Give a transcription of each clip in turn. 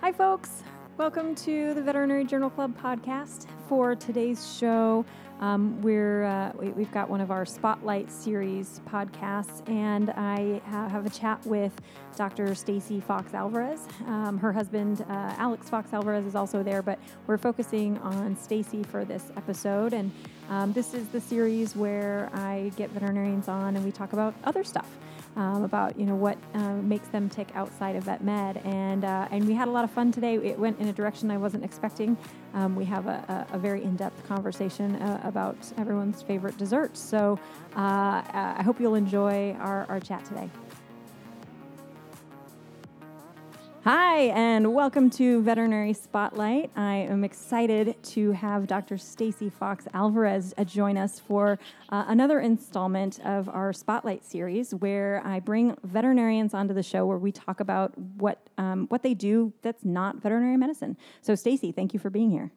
Hi, folks. Welcome to the Veterinary Journal Club podcast. For today's show, um, we're uh, we, we've got one of our Spotlight series podcasts, and I ha- have a chat with Dr. Stacy Fox Alvarez. Um, her husband uh, Alex Fox Alvarez is also there, but we're focusing on Stacy for this episode. And um, this is the series where I get veterinarians on and we talk about other stuff. Um, about you know what uh, makes them tick outside of vet med, and uh, and we had a lot of fun today. It went in a direction I wasn't expecting. Um, we have a, a, a very in-depth conversation uh, about everyone's favorite desserts. So uh, I hope you'll enjoy our, our chat today. Hi, and welcome to Veterinary Spotlight. I am excited to have Dr. Stacy Fox Alvarez uh, join us for uh, another installment of our Spotlight series, where I bring veterinarians onto the show where we talk about what um, what they do that's not veterinary medicine. So, Stacy, thank you for being here.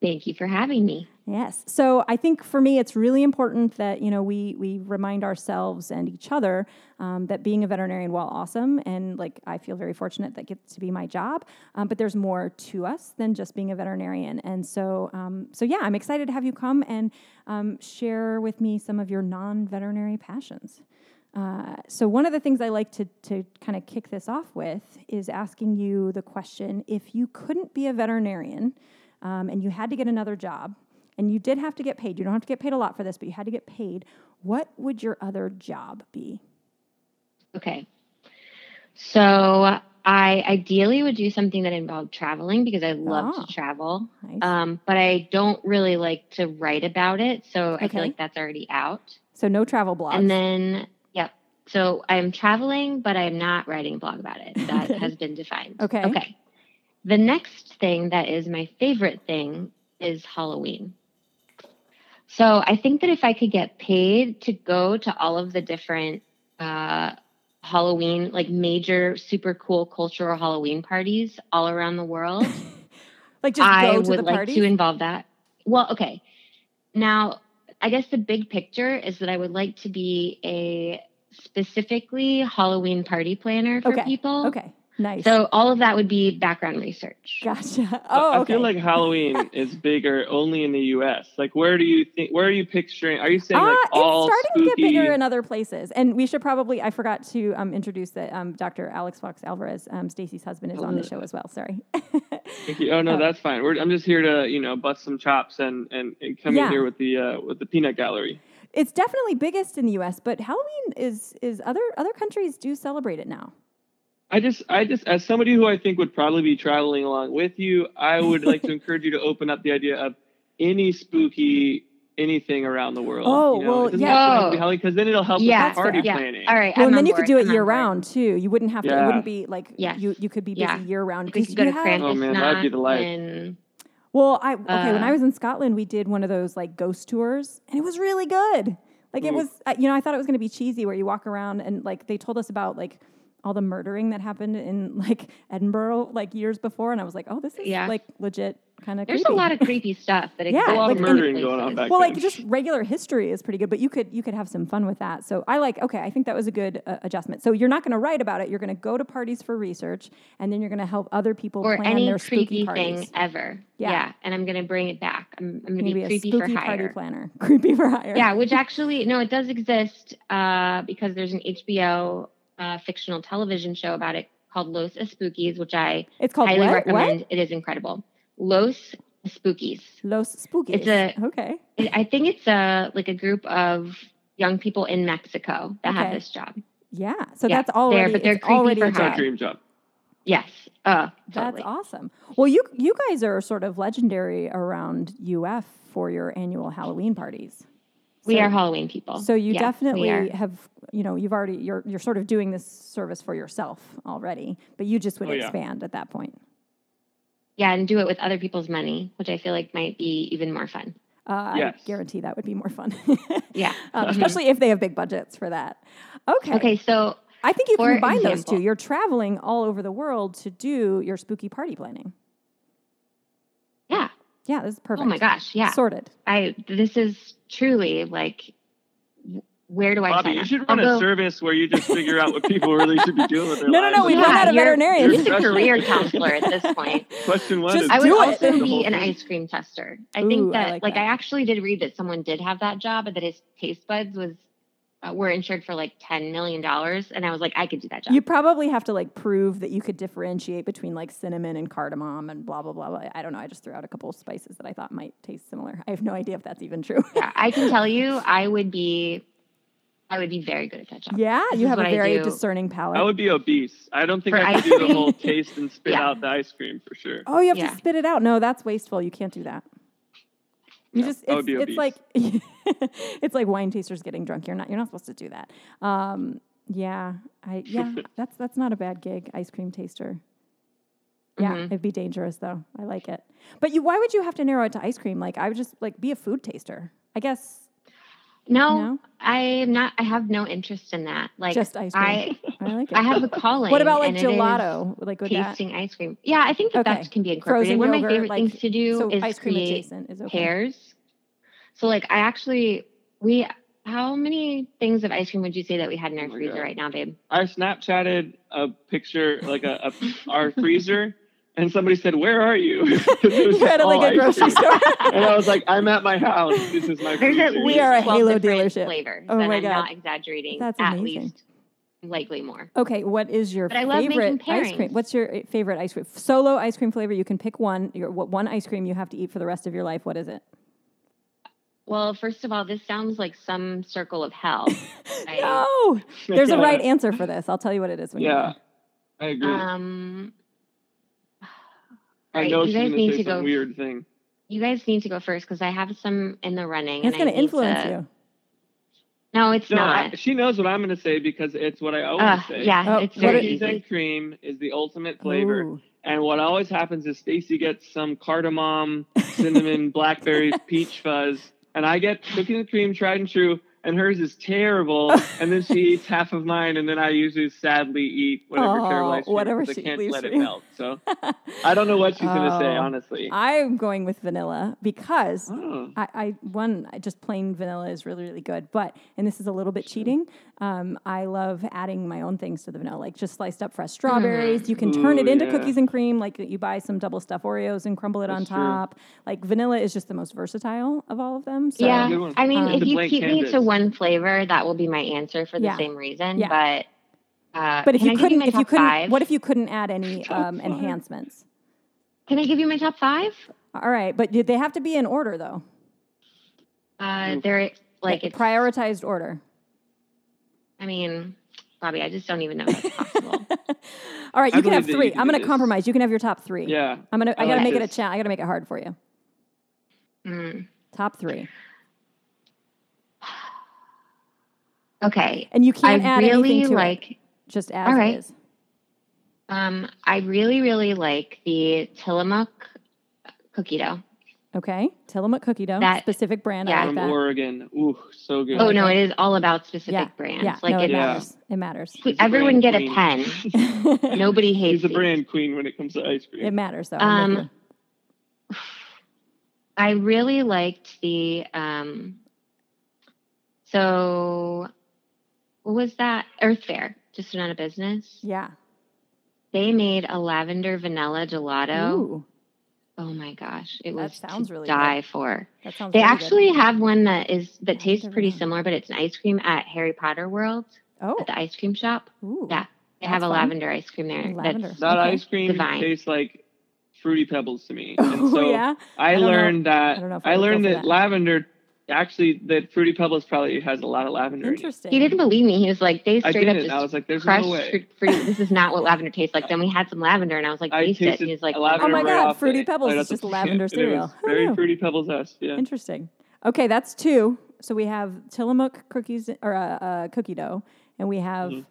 Thank you for having me. Yes. So I think for me, it's really important that you know we we remind ourselves and each other um, that being a veterinarian, while awesome, and like I feel very fortunate that gets to be my job, um, but there's more to us than just being a veterinarian. And so, um, so yeah, I'm excited to have you come and um, share with me some of your non-veterinary passions. Uh, so one of the things I like to to kind of kick this off with is asking you the question: If you couldn't be a veterinarian um, and you had to get another job and you did have to get paid, you don't have to get paid a lot for this, but you had to get paid, what would your other job be? Okay. So I ideally would do something that involved traveling because I love Ah, to travel. nice. Um, but I don't really like to write about it. So I Okay. feel like that's already out. So no travel blogs. And then, yep. So I'm traveling, but I'm not writing a blog about it. That Okay. has been defined. Okay. Okay. The next thing that is my favorite thing is Halloween. So I think that if I could get paid to go to all of the different uh, Halloween, like major, super cool cultural Halloween parties all around the world, like just go I to would the like parties? to involve that. Well, okay. Now, I guess the big picture is that I would like to be a specifically Halloween party planner for Okay. people. okay. Nice. So all of that would be background research. gotcha. But Oh, I okay. feel like Halloween is bigger only in the U.S. Like, where do you think? Where are you picturing? Are you saying like Ah, all it's starting spooky? to get bigger in other places, and we should probably. I forgot to um, introduce that um, Dr. Alex Fox Alvarez, um, Stacy's husband, is on the show as well. Sorry. Thank you. Oh no, Oh. that's fine. We're, I'm just here to you know bust some chops and and, and come Yeah. in here with the uh, with the peanut gallery. it's definitely biggest in the U.S., but Halloween is is other other countries do celebrate it now. I just I just as somebody who I think would probably be traveling along with you, I would like to encourage you to open up the idea of any spooky anything around the world. Oh, you know? well, it doesn't yeah. have to have to be Oh. Halloween because then it'll help Yeah, That's with the party fair. Yeah. planning. All right. Well, I'm and then on you could board. do it I'm on year board. round too. You wouldn't have to. It Yeah. wouldn't be like Yes. you. You could be busy Yeah. year round. We could go to Krampus. Oh, man, that'd be the life. and- Well, I okay. when Uh, I was in Scotland, we did one of those like ghost tours, and it was really good. Like it Mm. was, uh, you know, I thought it was going to be cheesy, where you walk around and like they told us about like all the murdering that happened in like Edinburgh like years before, and I was like, oh, this is Yeah. like legit kind of. There's a lot of creepy stuff that Yeah, exists. There's a lot of in murdering places. going on back well, like then. just regular history is pretty good, but you could you could have some fun with that. So I like okay, I think that was a good uh, adjustment. So you're not going to write about it. You're going to go to parties for research, and then you're going to help other people or plan any their spooky creepy parties. thing ever. Yeah. Yeah. And I'm gonna bring it back. I'm, I'm gonna Maybe be a creepy for spooky party hire. planner, creepy for hire. Yeah, which actually no, it does exist uh, because there's an HBO uh, fictional television show about it called Los Spookies, which I It's called highly what? recommend. It is incredible. Los Spookies. What? Los Spookies. It's a- okay. It, I think it's a like a group of young people in Mexico that have Okay. this job. Yeah. So Yeah, that's already but they're it's creepy already for a hire. My job. dream job. Yes. Uh, That's totally. awesome. Well, you you guys are sort of legendary around UF for your annual Halloween parties. We So- are Halloween people. So you Yes, we definitely are. have, you know, you've already you're you're sort of doing this service for yourself already, but you just would Oh, yeah. expand at that point. Yeah, and do it with other people's money, which I feel like might be even more fun. Uh, I Yes. guarantee that would be more fun, Yeah. um, Mhm. especially if they have big budgets for that. Okay. Okay, so I think you For combine those two. example- You're traveling all over the world to do your spooky party planning. yeah. Yeah, this is perfect. Oh my gosh, yeah. Sorted. I this is truly like w- where do I Bobby, sign you up? should run Although- a service where you just figure out what people really should be doing with their No, no, no, lives. Oh, we've Yeah, run out of you're- veterinarians. It's a You're- career counselor at this point. Question one Just is I would Do it. also The whole be an thing. ice cream tester. I Ooh, think I that, like like, that. I actually did read that someone did have that job, but that his taste buds was uh, were insured for like ten million dollars, and I was like, I could do that job. You probably have to like prove that you could differentiate between like cinnamon and cardamom and blah blah blah. blah. I don't know. I just threw out a couple of spices that I thought might taste similar. I have no idea if that's even true. Yeah, I can tell you, I would be, I would be very good at that job. yeah, This you is have a what I very do. discerning palate. I would be obese. I don't think For I ice could do the cream. whole taste and spit Yeah. out the ice cream for sure. oh, you have Yeah. to spit it out. No, that's wasteful. You can't do that. You No, just I it's, would be it's obese. like it's like wine tasters getting drunk. You're not you're not supposed to do that. Um, yeah, I yeah that's that's not a bad gig. Ice cream taster. Yeah, Mhm. it'd be dangerous though. I like it. But you, why would you have to narrow it to ice cream? Like I would just like be a food taster. I guess No, no, I'm not. I have no interest in that. Like, just ice cream. I, I like it. I have a calling. what about like and it is gelato? Like with that, Tasting ice cream. Yeah, I think that Okay. that can be Frozen incorporated. One of my yogurt, favorite like- things to do so is ice cream create adjacent is okay. pears. So like I actually we how many things of ice cream would you say that we had in our Oh my freezer God. right now, babe? I Snapchatted a picture, like a, a our freezer, and somebody said, "Where are you?" you you had it Oh, like a grocery store. and I was like, "I'm at my house. This is my There's at freezer." least are a 12 Halo different dealership. flavors. Oh and my I'm God. not exating. That's at amazing. least likely more. Okay, what is your But I love making favorite ice cream? pairings. What's your uh, favorite ice cream? Solo ice cream flavor. You can pick one. Your what one ice cream you have to eat for the rest of your life. What is it? Well, first of all, this sounds like some circle of hell. right? No, there's a right Uh, answer for this. I'll tell you what it is. When Yeah, you I agree. Um I right, know you she's guys gonna need say to some go- weird thing. you guys need to go first because I have some in the running. it's and going I to need influence to- you. No, it's No, I, not. she knows what I'm gonna say because it's what I always Uh, say. yeah, Oh, it's what are- very Cookies easy. and cream is the ultimate flavor. Ooh. And what always happens is Stacy gets some cardamom, cinnamon, blackberry, peach fuzz, and I get cookies and cream, tried and true, and hers is terrible. and then she eats half of mine, and then I usually sadly eat whatever Oh, terrible ice cream whatever because she I can't leaves let for it you. melt. So I don't know what she's gonna say, Oh. honestly. I'm going with vanilla because Oh. I, I one I just plain vanilla is really really good, but and this is a little bit cheating. Um, I love adding my own things to the vanilla, like just sliced up fresh strawberries. You can turn Mm-hmm. Ooh, it into yeah. cookies and cream, like you buy some double stuff Oreos and crumble it on That's true. top. Like vanilla is just the most versatile of all of them. So Good yeah, one. I mean, Um, if The you blank keep me to canvas. one flavor, that will be my answer for the Yeah. same reason. Yeah. But, uh, But if can I you give couldn't, my if you top couldn't, five? what if you couldn't add any um, five. enhancements? can I give you my top five? All right, but did they have to be in order though? Uh, Oof. they're like it's. prioritized order. I mean, Bobby, I just don't even know if that's possible. All right, I you can believe have that you three. can I'm do going to this. compromise. You can have your top three. Yeah. I'm gonna. I, I gotta like make it a this. challenge. I gotta make it hard for you. Mm. Top three, Okay, and you can't I add really anything to like. it. Just as All right. it is. Um, I really, really like the Tillamook cookie dough. Okay, Tillamook cookie dough, That- specific brand. I yeah. like From that. Oregon. Ooh, so good. Oh like no, it. it is all about specific Yeah, brands. yeah, Like no, it it's, Yeah. matters. It matters. She's a everyone brand get queen. a pen. Nobody hates She's a these. brand queen when it comes to ice cream. it matters though. I'm with Um, I really liked the. Um, so, what was that? Earth Fair just went out of business. you. yeah. They made a lavender vanilla gelato. Ooh, Oh my gosh, it That was sounds to really good. die for. that sounds. They really good. actually have one that is that Lavender tastes pretty vanilla. similar, but it's an ice cream at Harry Potter World Oh. at the ice cream shop. Ooh. yeah. They That's have a fun. lavender ice cream there. Lavender. That's That Okay. ice cream Divine. tastes like fruity pebbles to me. Oh And so yeah. I, I don't know- learned that I I, don't know if I would go learned for that, that. lavender actually that fruity pebbles probably has a lot of lavender. in it. Interesting. he didn't believe me. He was like, they I straight up didn't. just I was like, "There's crushed no way." fruit, fruit. This is not what lavender tastes like. Then we had some lavender, and I was like, I taste it. tasted And he's like, a Oh lavender my right God, off Fruity the- Pebbles right is off the just can. lavender And it cereal. was Who knew? Very fruity pebbles esque. Yeah. Interesting. Okay, that's two. So we have Tillamook cookies or uh, uh, cookie dough, and we have Mhm.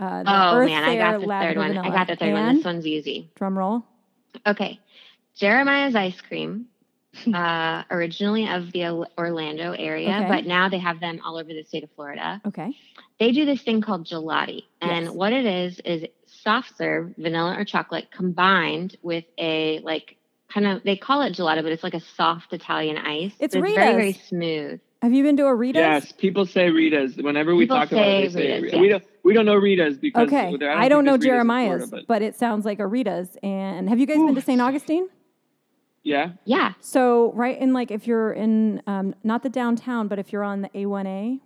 uh, the oh Earth man, I Fair got the third lavender one. I vanilla. got the third one. And- This one's easy. Drum roll. Okay, Jeremiah's ice cream. Uh, originally of the Al- Orlando area, Okay. but now they have them all over the state of Florida. Okay. They do this thing called gelati, and Yes. what it is is soft serve vanilla or chocolate combined with a like kind of they call it gelato, but it's like a soft Italian ice. It's but very very Rita's. smooth. Have you been to a Rita's? Yes, people say Rita's. Whenever we People talk about it, they say say Rita's, Rita. We don't we don't know Rita's because Okay. there- I think don't know there's Rita's in Jeremiah's, Florida, but it sounds like a Rita's. And have you guys been to Oof. St. Augustine? yeah, Yeah. So right in like if you're in um, not the downtown, but if you're on the A1A,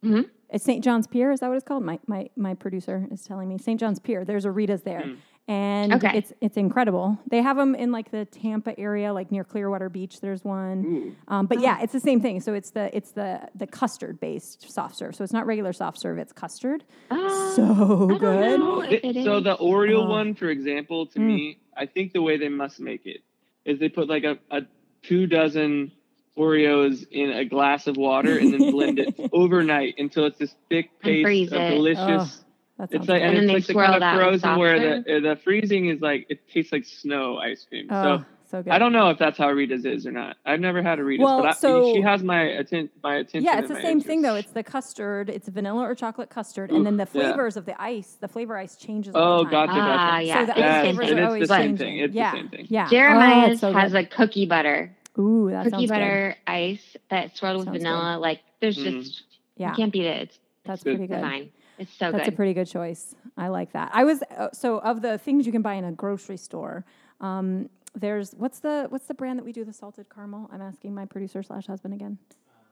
Mm-hmm. Mhm. it's St. John's Pier. Is that what it's called? My my my producer is telling me St. John's Pier. There's a Rita's there, Mm. and Okay. it's it's incredible. They have them in like the Tampa area, like near Clearwater Beach. There's one. Ooh. Um, but yeah, it's the same thing. So it's the it's the the custard based soft serve. So it's not regular soft serve. It's custard. Uh, So don't good. know Oh, if it so is. Hmm. the Oreo Oh. one, for example, to Mm. me, I think the way they must make it is they put like a, a two dozen Oreos in a glass of water and then blend it overnight until it's this thick freeze paste of it. delicious. That sounds it's like good. and, And then it's they like the swirl kind that of with frozen where soft the, the freezing is like it tastes like snow ice cream. oh, so so good. I don't know if that's how Rita's is or not. I've never had a Rita's, Well, but I, so- she has my atten- my attention. Yeah, and it's the my same thing though. interest. It's the custard, it's vanilla or chocolate custard, and then the yeah. flavors of the ice, the flavor ice changes. all oh, the time. gotcha, gotcha. Ah, yeah. So the it's ice Yes, flavors it are is always the same changing. thing. It's the yeah, same thing. yeah. Jeremiah's oh, so has good. a cookie butter, Ooh, that cookie sounds good. butter ice that's swirled with Sounds good. vanilla. Like there's Mm-hmm. Mm. just Yeah, you can't beat it. It's that's good. pretty good. divine. It's so That's a good. pretty good choice. I like that. I was uh, so of the things you can buy in a grocery store. Um, there's what's the what's the brand that we do the salted caramel? I'm asking my producer slash husband again.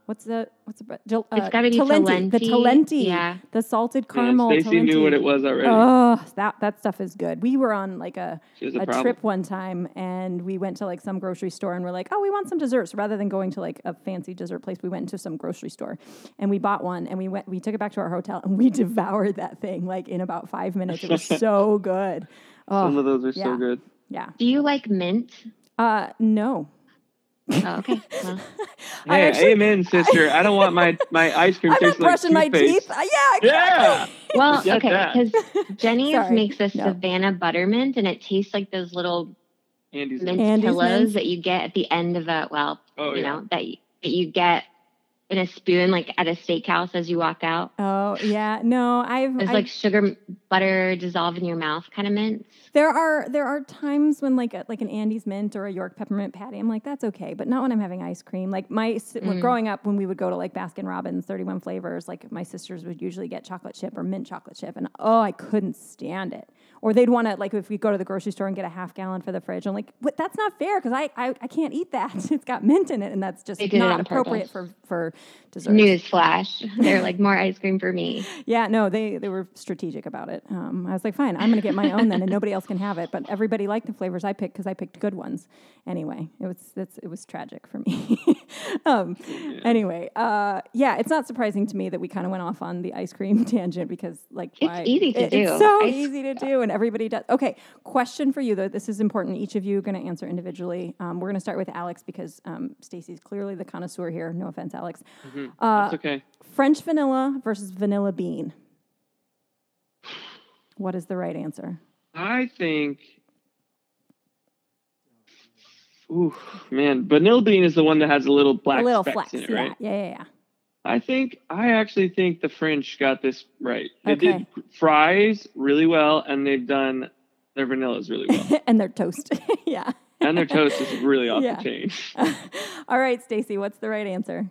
What's the what's the brand? Jel- It's uh, gotta be The Talenti. Talenti. Yeah. The salted Man, caramel. Stacey knew Talenti. what it was already. Oh, that that stuff is good. We were on like a she has a, a, problem. trip one time, and we went to like some grocery store, and we're like, oh, we want some desserts. Rather than going to like a fancy dessert place, we went into some grocery store, and we bought one, and we went, we took it back to our hotel, and we devoured that thing like in about five minutes. It was so good. Some Oh, of those are yeah. so good. yeah. Do you like mint? Uh, no. Oh, okay. Well, I Hey, actually- amen, sister. I don't want my my ice cream I'm not tasting like brushing my toothpaste. teeth. Uh, yeah. Yeah. well Get okay, that. because Jenny's Sorry. makes a No. Savannah buttermint, and it tastes like those little Andy's. mint Andy's mints? pillows that you get at the end of a well, Oh you yeah. know that you, that you get in a spoon like at a steakhouse as you walk out. Oh, yeah. No, I've. It's I've- like sugar butter dissolve in your mouth kind of mints. There are there are times when like a, like an Andes mint or a York peppermint patty, I'm like that's okay, but not when I'm having ice cream. Like my s when Mm. growing up, when we would go to like Baskin Robbins, 31 flavors, like my sisters would usually get chocolate chip or mint chocolate chip, and oh, I couldn't stand it. Or they'd want to like if we go to the grocery store and get a half gallon for the fridge, I'm like, what? That's not fair because I, I I can't eat that. It's got mint in it, and that's just They did it not on appropriate for purpose. for dessert. Newsflash. They're like more ice cream for me. Yeah, no, they they were strategic about it. Um, I was like, fine, I'm going to get my own then, and nobody else can have it. But everybody liked the flavors I picked because I picked good ones. Anyway, it was that's, it was tragic for me. um, Anyway, uh, yeah, it's not surprising to me that we kind of went off on the ice cream tangent because, like, It's why- easy to it- It's do. so Ice- easy to do, and everybody does. Okay, question for you though. This is important. Each of you going to answer individually. Um, we're going to start with Alex because um, Stacy's clearly the connoisseur here. No offense, Alex. Mhm. Uh, That's okay. French vanilla versus vanilla bean. What is the right answer? I think. Ooh, man, vanilla bean is the one that has a little black a little specks flex, in it, yeah, right? yeah, yeah, yeah. I think I actually think the French got this right. They Okay. did fries really well, and they've done their vanillas really well, and they're toast. yeah. and their toast is really off Yeah. the chain. All right, Stacy, what's the right answer?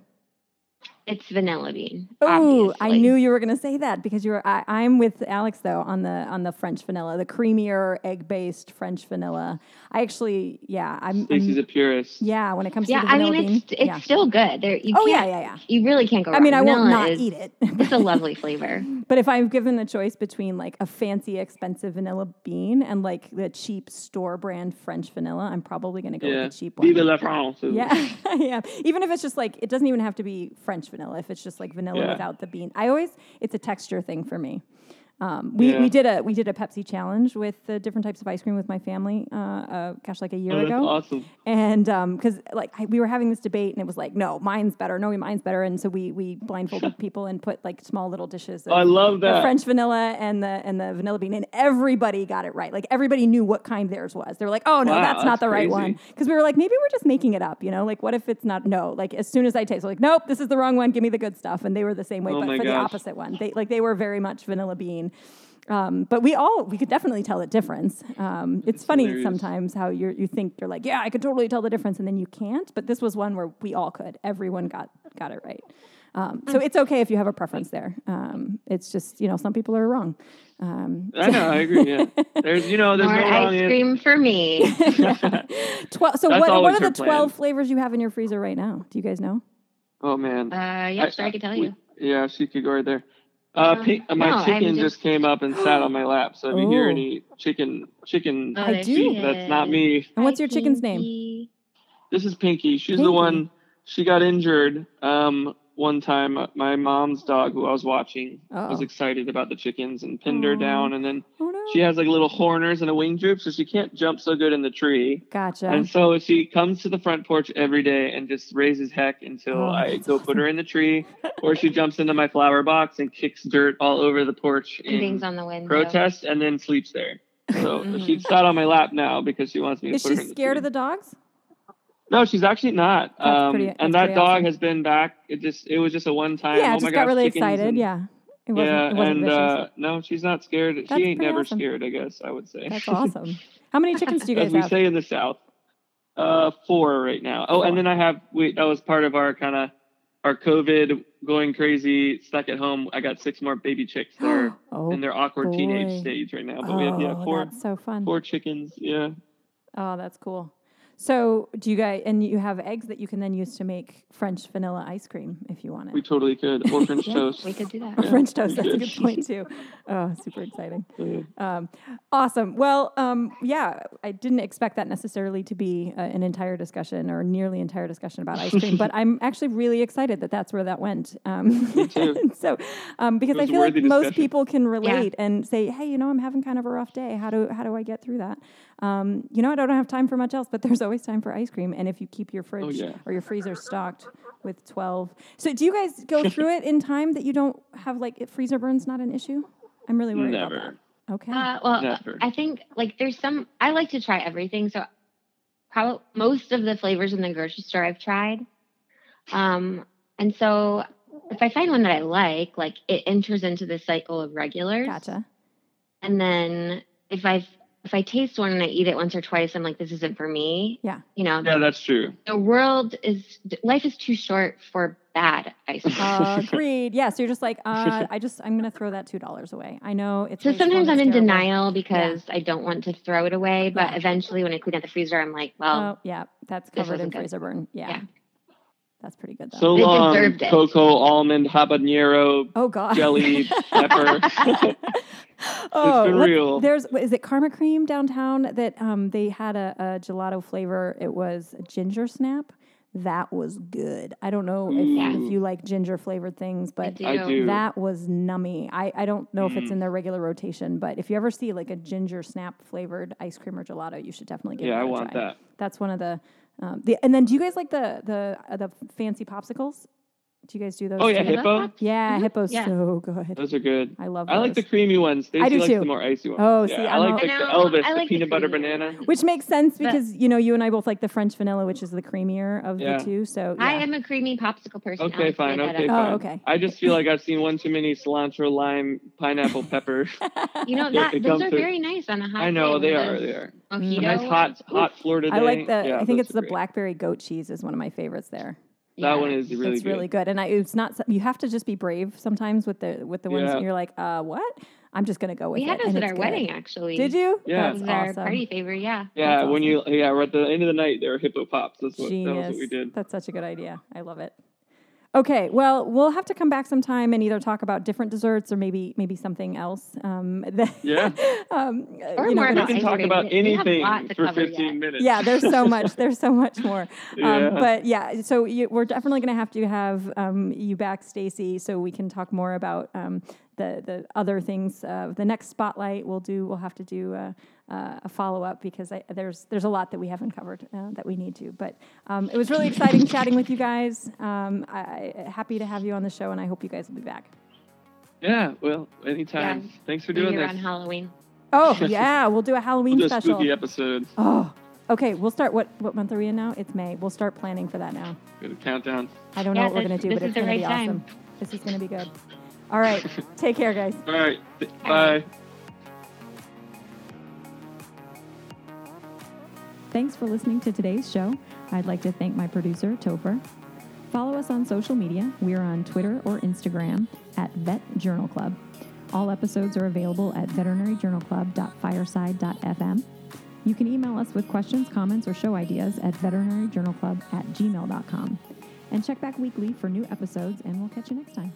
It's vanilla bean. Oh, I obviously. knew you were going to say that because you were. I, I'm with Alex though on the on the French vanilla, the creamier egg-based French vanilla. I actually, yeah, I'm. Stacy's I'm a purist. yeah, when it comes Yeah, to the I vanilla mean bean, it's it's yeah. still good. There you Oh yeah, can't yeah, yeah. you really can't go wrong. I mean, I won't Vanilla not is- eat it. It's a lovely flavor. But if I'm given the choice between like a fancy, expensive vanilla bean and like the cheap store brand French vanilla, I'm probably going to go Yeah. with the cheap one. Vive la France. Yeah, yeah. Even if it's just like it doesn't even have to be French vanilla. If it's just like vanilla Yeah. without the bean, I always it's a texture thing for me. Um, we, Yeah. we did a we did a Pepsi challenge with the different types of ice cream with my family. Uh, uh, gosh, like a year Oh, that's ago awesome. and because like I, we were having this debate and it was like no mine's better no mine's better and so we we blindfolded people and put like small little dishes of I love the that. french vanilla and the and the vanilla bean and everybody got it right like everybody knew what kind theirs was they were like oh no Wow, that's, not that's the right crazy. one because we were like maybe we're just making it up you know like what if it's not no like as soon as i taste like nope this is the wrong one give me the good stuff and they were the same way Oh but my for the gosh. opposite one they like they were very much vanilla bean Um, but we all we could definitely tell the difference. Um, it's, It's funny hilarious. sometimes how you you think you're like, yeah, I could totally tell the difference, and then you can't. But this was one where we all could. Everyone got got it right. Um, so Mm. it's okay if you have a preference there. Um, it's just you know some people are wrong. Um, I know, I agree. Yeah, there's you know, there's More no wrong ice answer. cream for me. Uh, Twelve. So what, That's what always are the your plan. twelve flavors you have in your freezer right now? Do you guys know? Oh man, Uh, yeah, sure, I can tell we- you. Yeah, she could go right there. Uh, Uh, pink, uh, my no, I'm chicken just- just came up and sat on my lap. So if you hear Oh. any chicken, chicken, Oh, I there do. she feet, that's is. not me. And what's Hi, your chicken's Pinky. This is Pinky. She's the Pinky. one. She got injured um, one time. My mom's dog, who I was watching, was Oh. Uh-oh. excited about the chickens and pinned her Aw. down. And then Oh no. she has like little horners and a wing droop, so she can't jump so good in the tree. gotcha. And so she comes to the front porch every day and just raises heck until Oh, I that's go put her in the tree, or she jumps into my flower box and kicks dirt all over the porch And things in on the window. protest, and then sleeps there. So Mhm. she's sat on my lap now because she wants me to Is put she her in the scared tree. of the dogs? No, she's actually not. That's um, pretty- that's and that pretty dog awesome. has been back. It just it was just a one time. yeah, oh just my got gosh, really chickens excited. and- yeah, it wasn't. yeah, it wasn't and vicious. uh, no, she's not scared. That's she ain't pretty never awesome. scared. I guess I would say. That's awesome. How many chickens do you as guys we have? say in the South. Uh, four right now. Oh, and then I have we that was part of our kind of our COVID going crazy, stuck at home. I got six more baby chicks there oh, in their awkward boy. teenage stage right now. But we have yeah oh, four that's so fun. four chickens. Yeah. Oh, that's cool. So, do you guys and you have eggs that you can then use to make French vanilla ice cream if you want We it? totally could. Or French Yeah, toast. We could do Or that. French toast. That's a could. good point too. Oh, super exciting. Yeah. Um, awesome. Well, um, yeah, I didn't expect that necessarily to be uh, an entire discussion or nearly entire discussion about ice cream, but I'm actually really excited that that's where that went. Um, Me too. so, um, because It I was a feel like worthy most discussion. people can relate and say, "Hey, you know, I'm having kind of a rough day. How do how do I get through that? Um, you know, I don't have time for much else, but there's always time for ice cream. And if you keep your fridge Oh, yeah. or your freezer stocked with 12, so do you guys go through it in time that you don't have like if freezer burns not an issue? I'm really worried about that. Never. Okay. Uh, well, Never. I think like there's some. I like to try everything, so probably most of the flavors in the grocery store I've tried. Um, and so if I find one that I like, like it enters into the cycle of regulars. Gotcha. And then if I if I taste one and I eat it once or twice, I'm like, this isn't for me. Yeah. You know, Yeah, that's true. the world is life is too short for bad ice cream. Oh, Agreed. Yeah. So you're just like, uh, I just, I'm going to throw that $2 away. I know it's. So wasteful sometimes I'm and in it's terrible. denial because I don't want to throw it away, but Yeah. eventually when I clean out the freezer, I'm like, well, Oh, yeah. That's This covered in wasn't good. freezer burn. Yeah. Yeah. That's pretty good, though. So They long, deserved it. cocoa, almond, habanero, oh, God. jelly, pepper. oh, been what- real. There's, what is it Karma Cream downtown that um, they had a, a gelato flavor? It was ginger snap. That was good. I don't know if, Ooh. Mm. if you like ginger flavored things, I but um, I do. That was nummy. I, I don't know if it's Mm. in their regular rotation, but if you ever see like a ginger snap flavored ice cream or gelato, you should definitely give Yeah, that I a want try. that. That's one of the, um, the and then do you guys like the the uh, the fancy popsicles? Do you guys do those? Oh yeah, too? hip- hippo. yeah, Mhm. hippos Yeah. so good. Those are good. I love. Those. I like the creamy ones. Stacy do likes too. the more icy ones. Oh, yeah, see, I I'm like all- the, I the know, Elvis, I like the the peanut butter creamy banana. Which makes sense But- because you know you and I both like the French vanilla, which is the creamier of Yeah. the two. So I yeah. am a creamy popsicle person. Okay, Alex made fine, that okay, up. Oh, okay. I just feel like I've seen one too many cilantro, lime, pineapple, pepper. You know Yeah, that it those comes are to- very nice on a hot. I know day they with are. those They are. Mojito A nice hot, ones. hot Florida day. I like the. Yeah, I think those it's are the great. blackberry goat cheese is one of my favorites there. Yeah. That one is really it's good. really good. And I, it's not. some- You have to just be brave sometimes with the with the ones Yeah. that you're like, uh, what? I'm just gonna go with We it. had those and at it's our good. wedding actually. Did you? Yeah. That That's was our awesome. party favor. Yeah. yeah, That's when you yeah, we're at the end of the night, there are hippo pops. That's what that was Genius. what we did. That's such a good idea. I love it. Okay, well, we'll have to come back sometime and either talk about different desserts or maybe maybe something else. Um, that, Yeah. um, uh, Or you know, more that is- about We can ice talk cream. about We- we have anything lots to for cover 15 yet. minutes. yeah, there's so much. There's so much more. Yeah. Um, but yeah, so you, we're definitely going to have to have um, you back, Stacy, so we can talk more about um, the the other things. Uh, the next spotlight we'll do, we'll have to do uh, uh, a follow up because I, there's there's a lot that we haven't covered uh, that we need to. But um, it was really exciting chatting with you guys. Um, I, I- happy to have you on the show, and I hope you guys will be back. yeah. Well, anytime. Yeah. Thanks for Maybe doing around this. Halloween. Oh yeah, we'll do a Halloween We'll do a special. spooky episode. Oh, okay. We'll start. What what month are we in now? It's May. We'll start planning for that now. Good countdown. I don't know Yeah, what we're gonna this- do, this but is it's the gonna be right awesome. time. This is gonna be good. All right, take care, guys. All right. All right. Bye. Thanks for listening to today's show. I'd like to thank my producer, Topher. Follow us on social media. We're on Twitter or Instagram at Vet Journal Club. All episodes are available at veterinaryjournalclub.fireside.fm. You can email us with questions, comments, or show ideas at veterinaryjournalclub at gmail.com. And check back weekly for new episodes, and we'll catch you next time.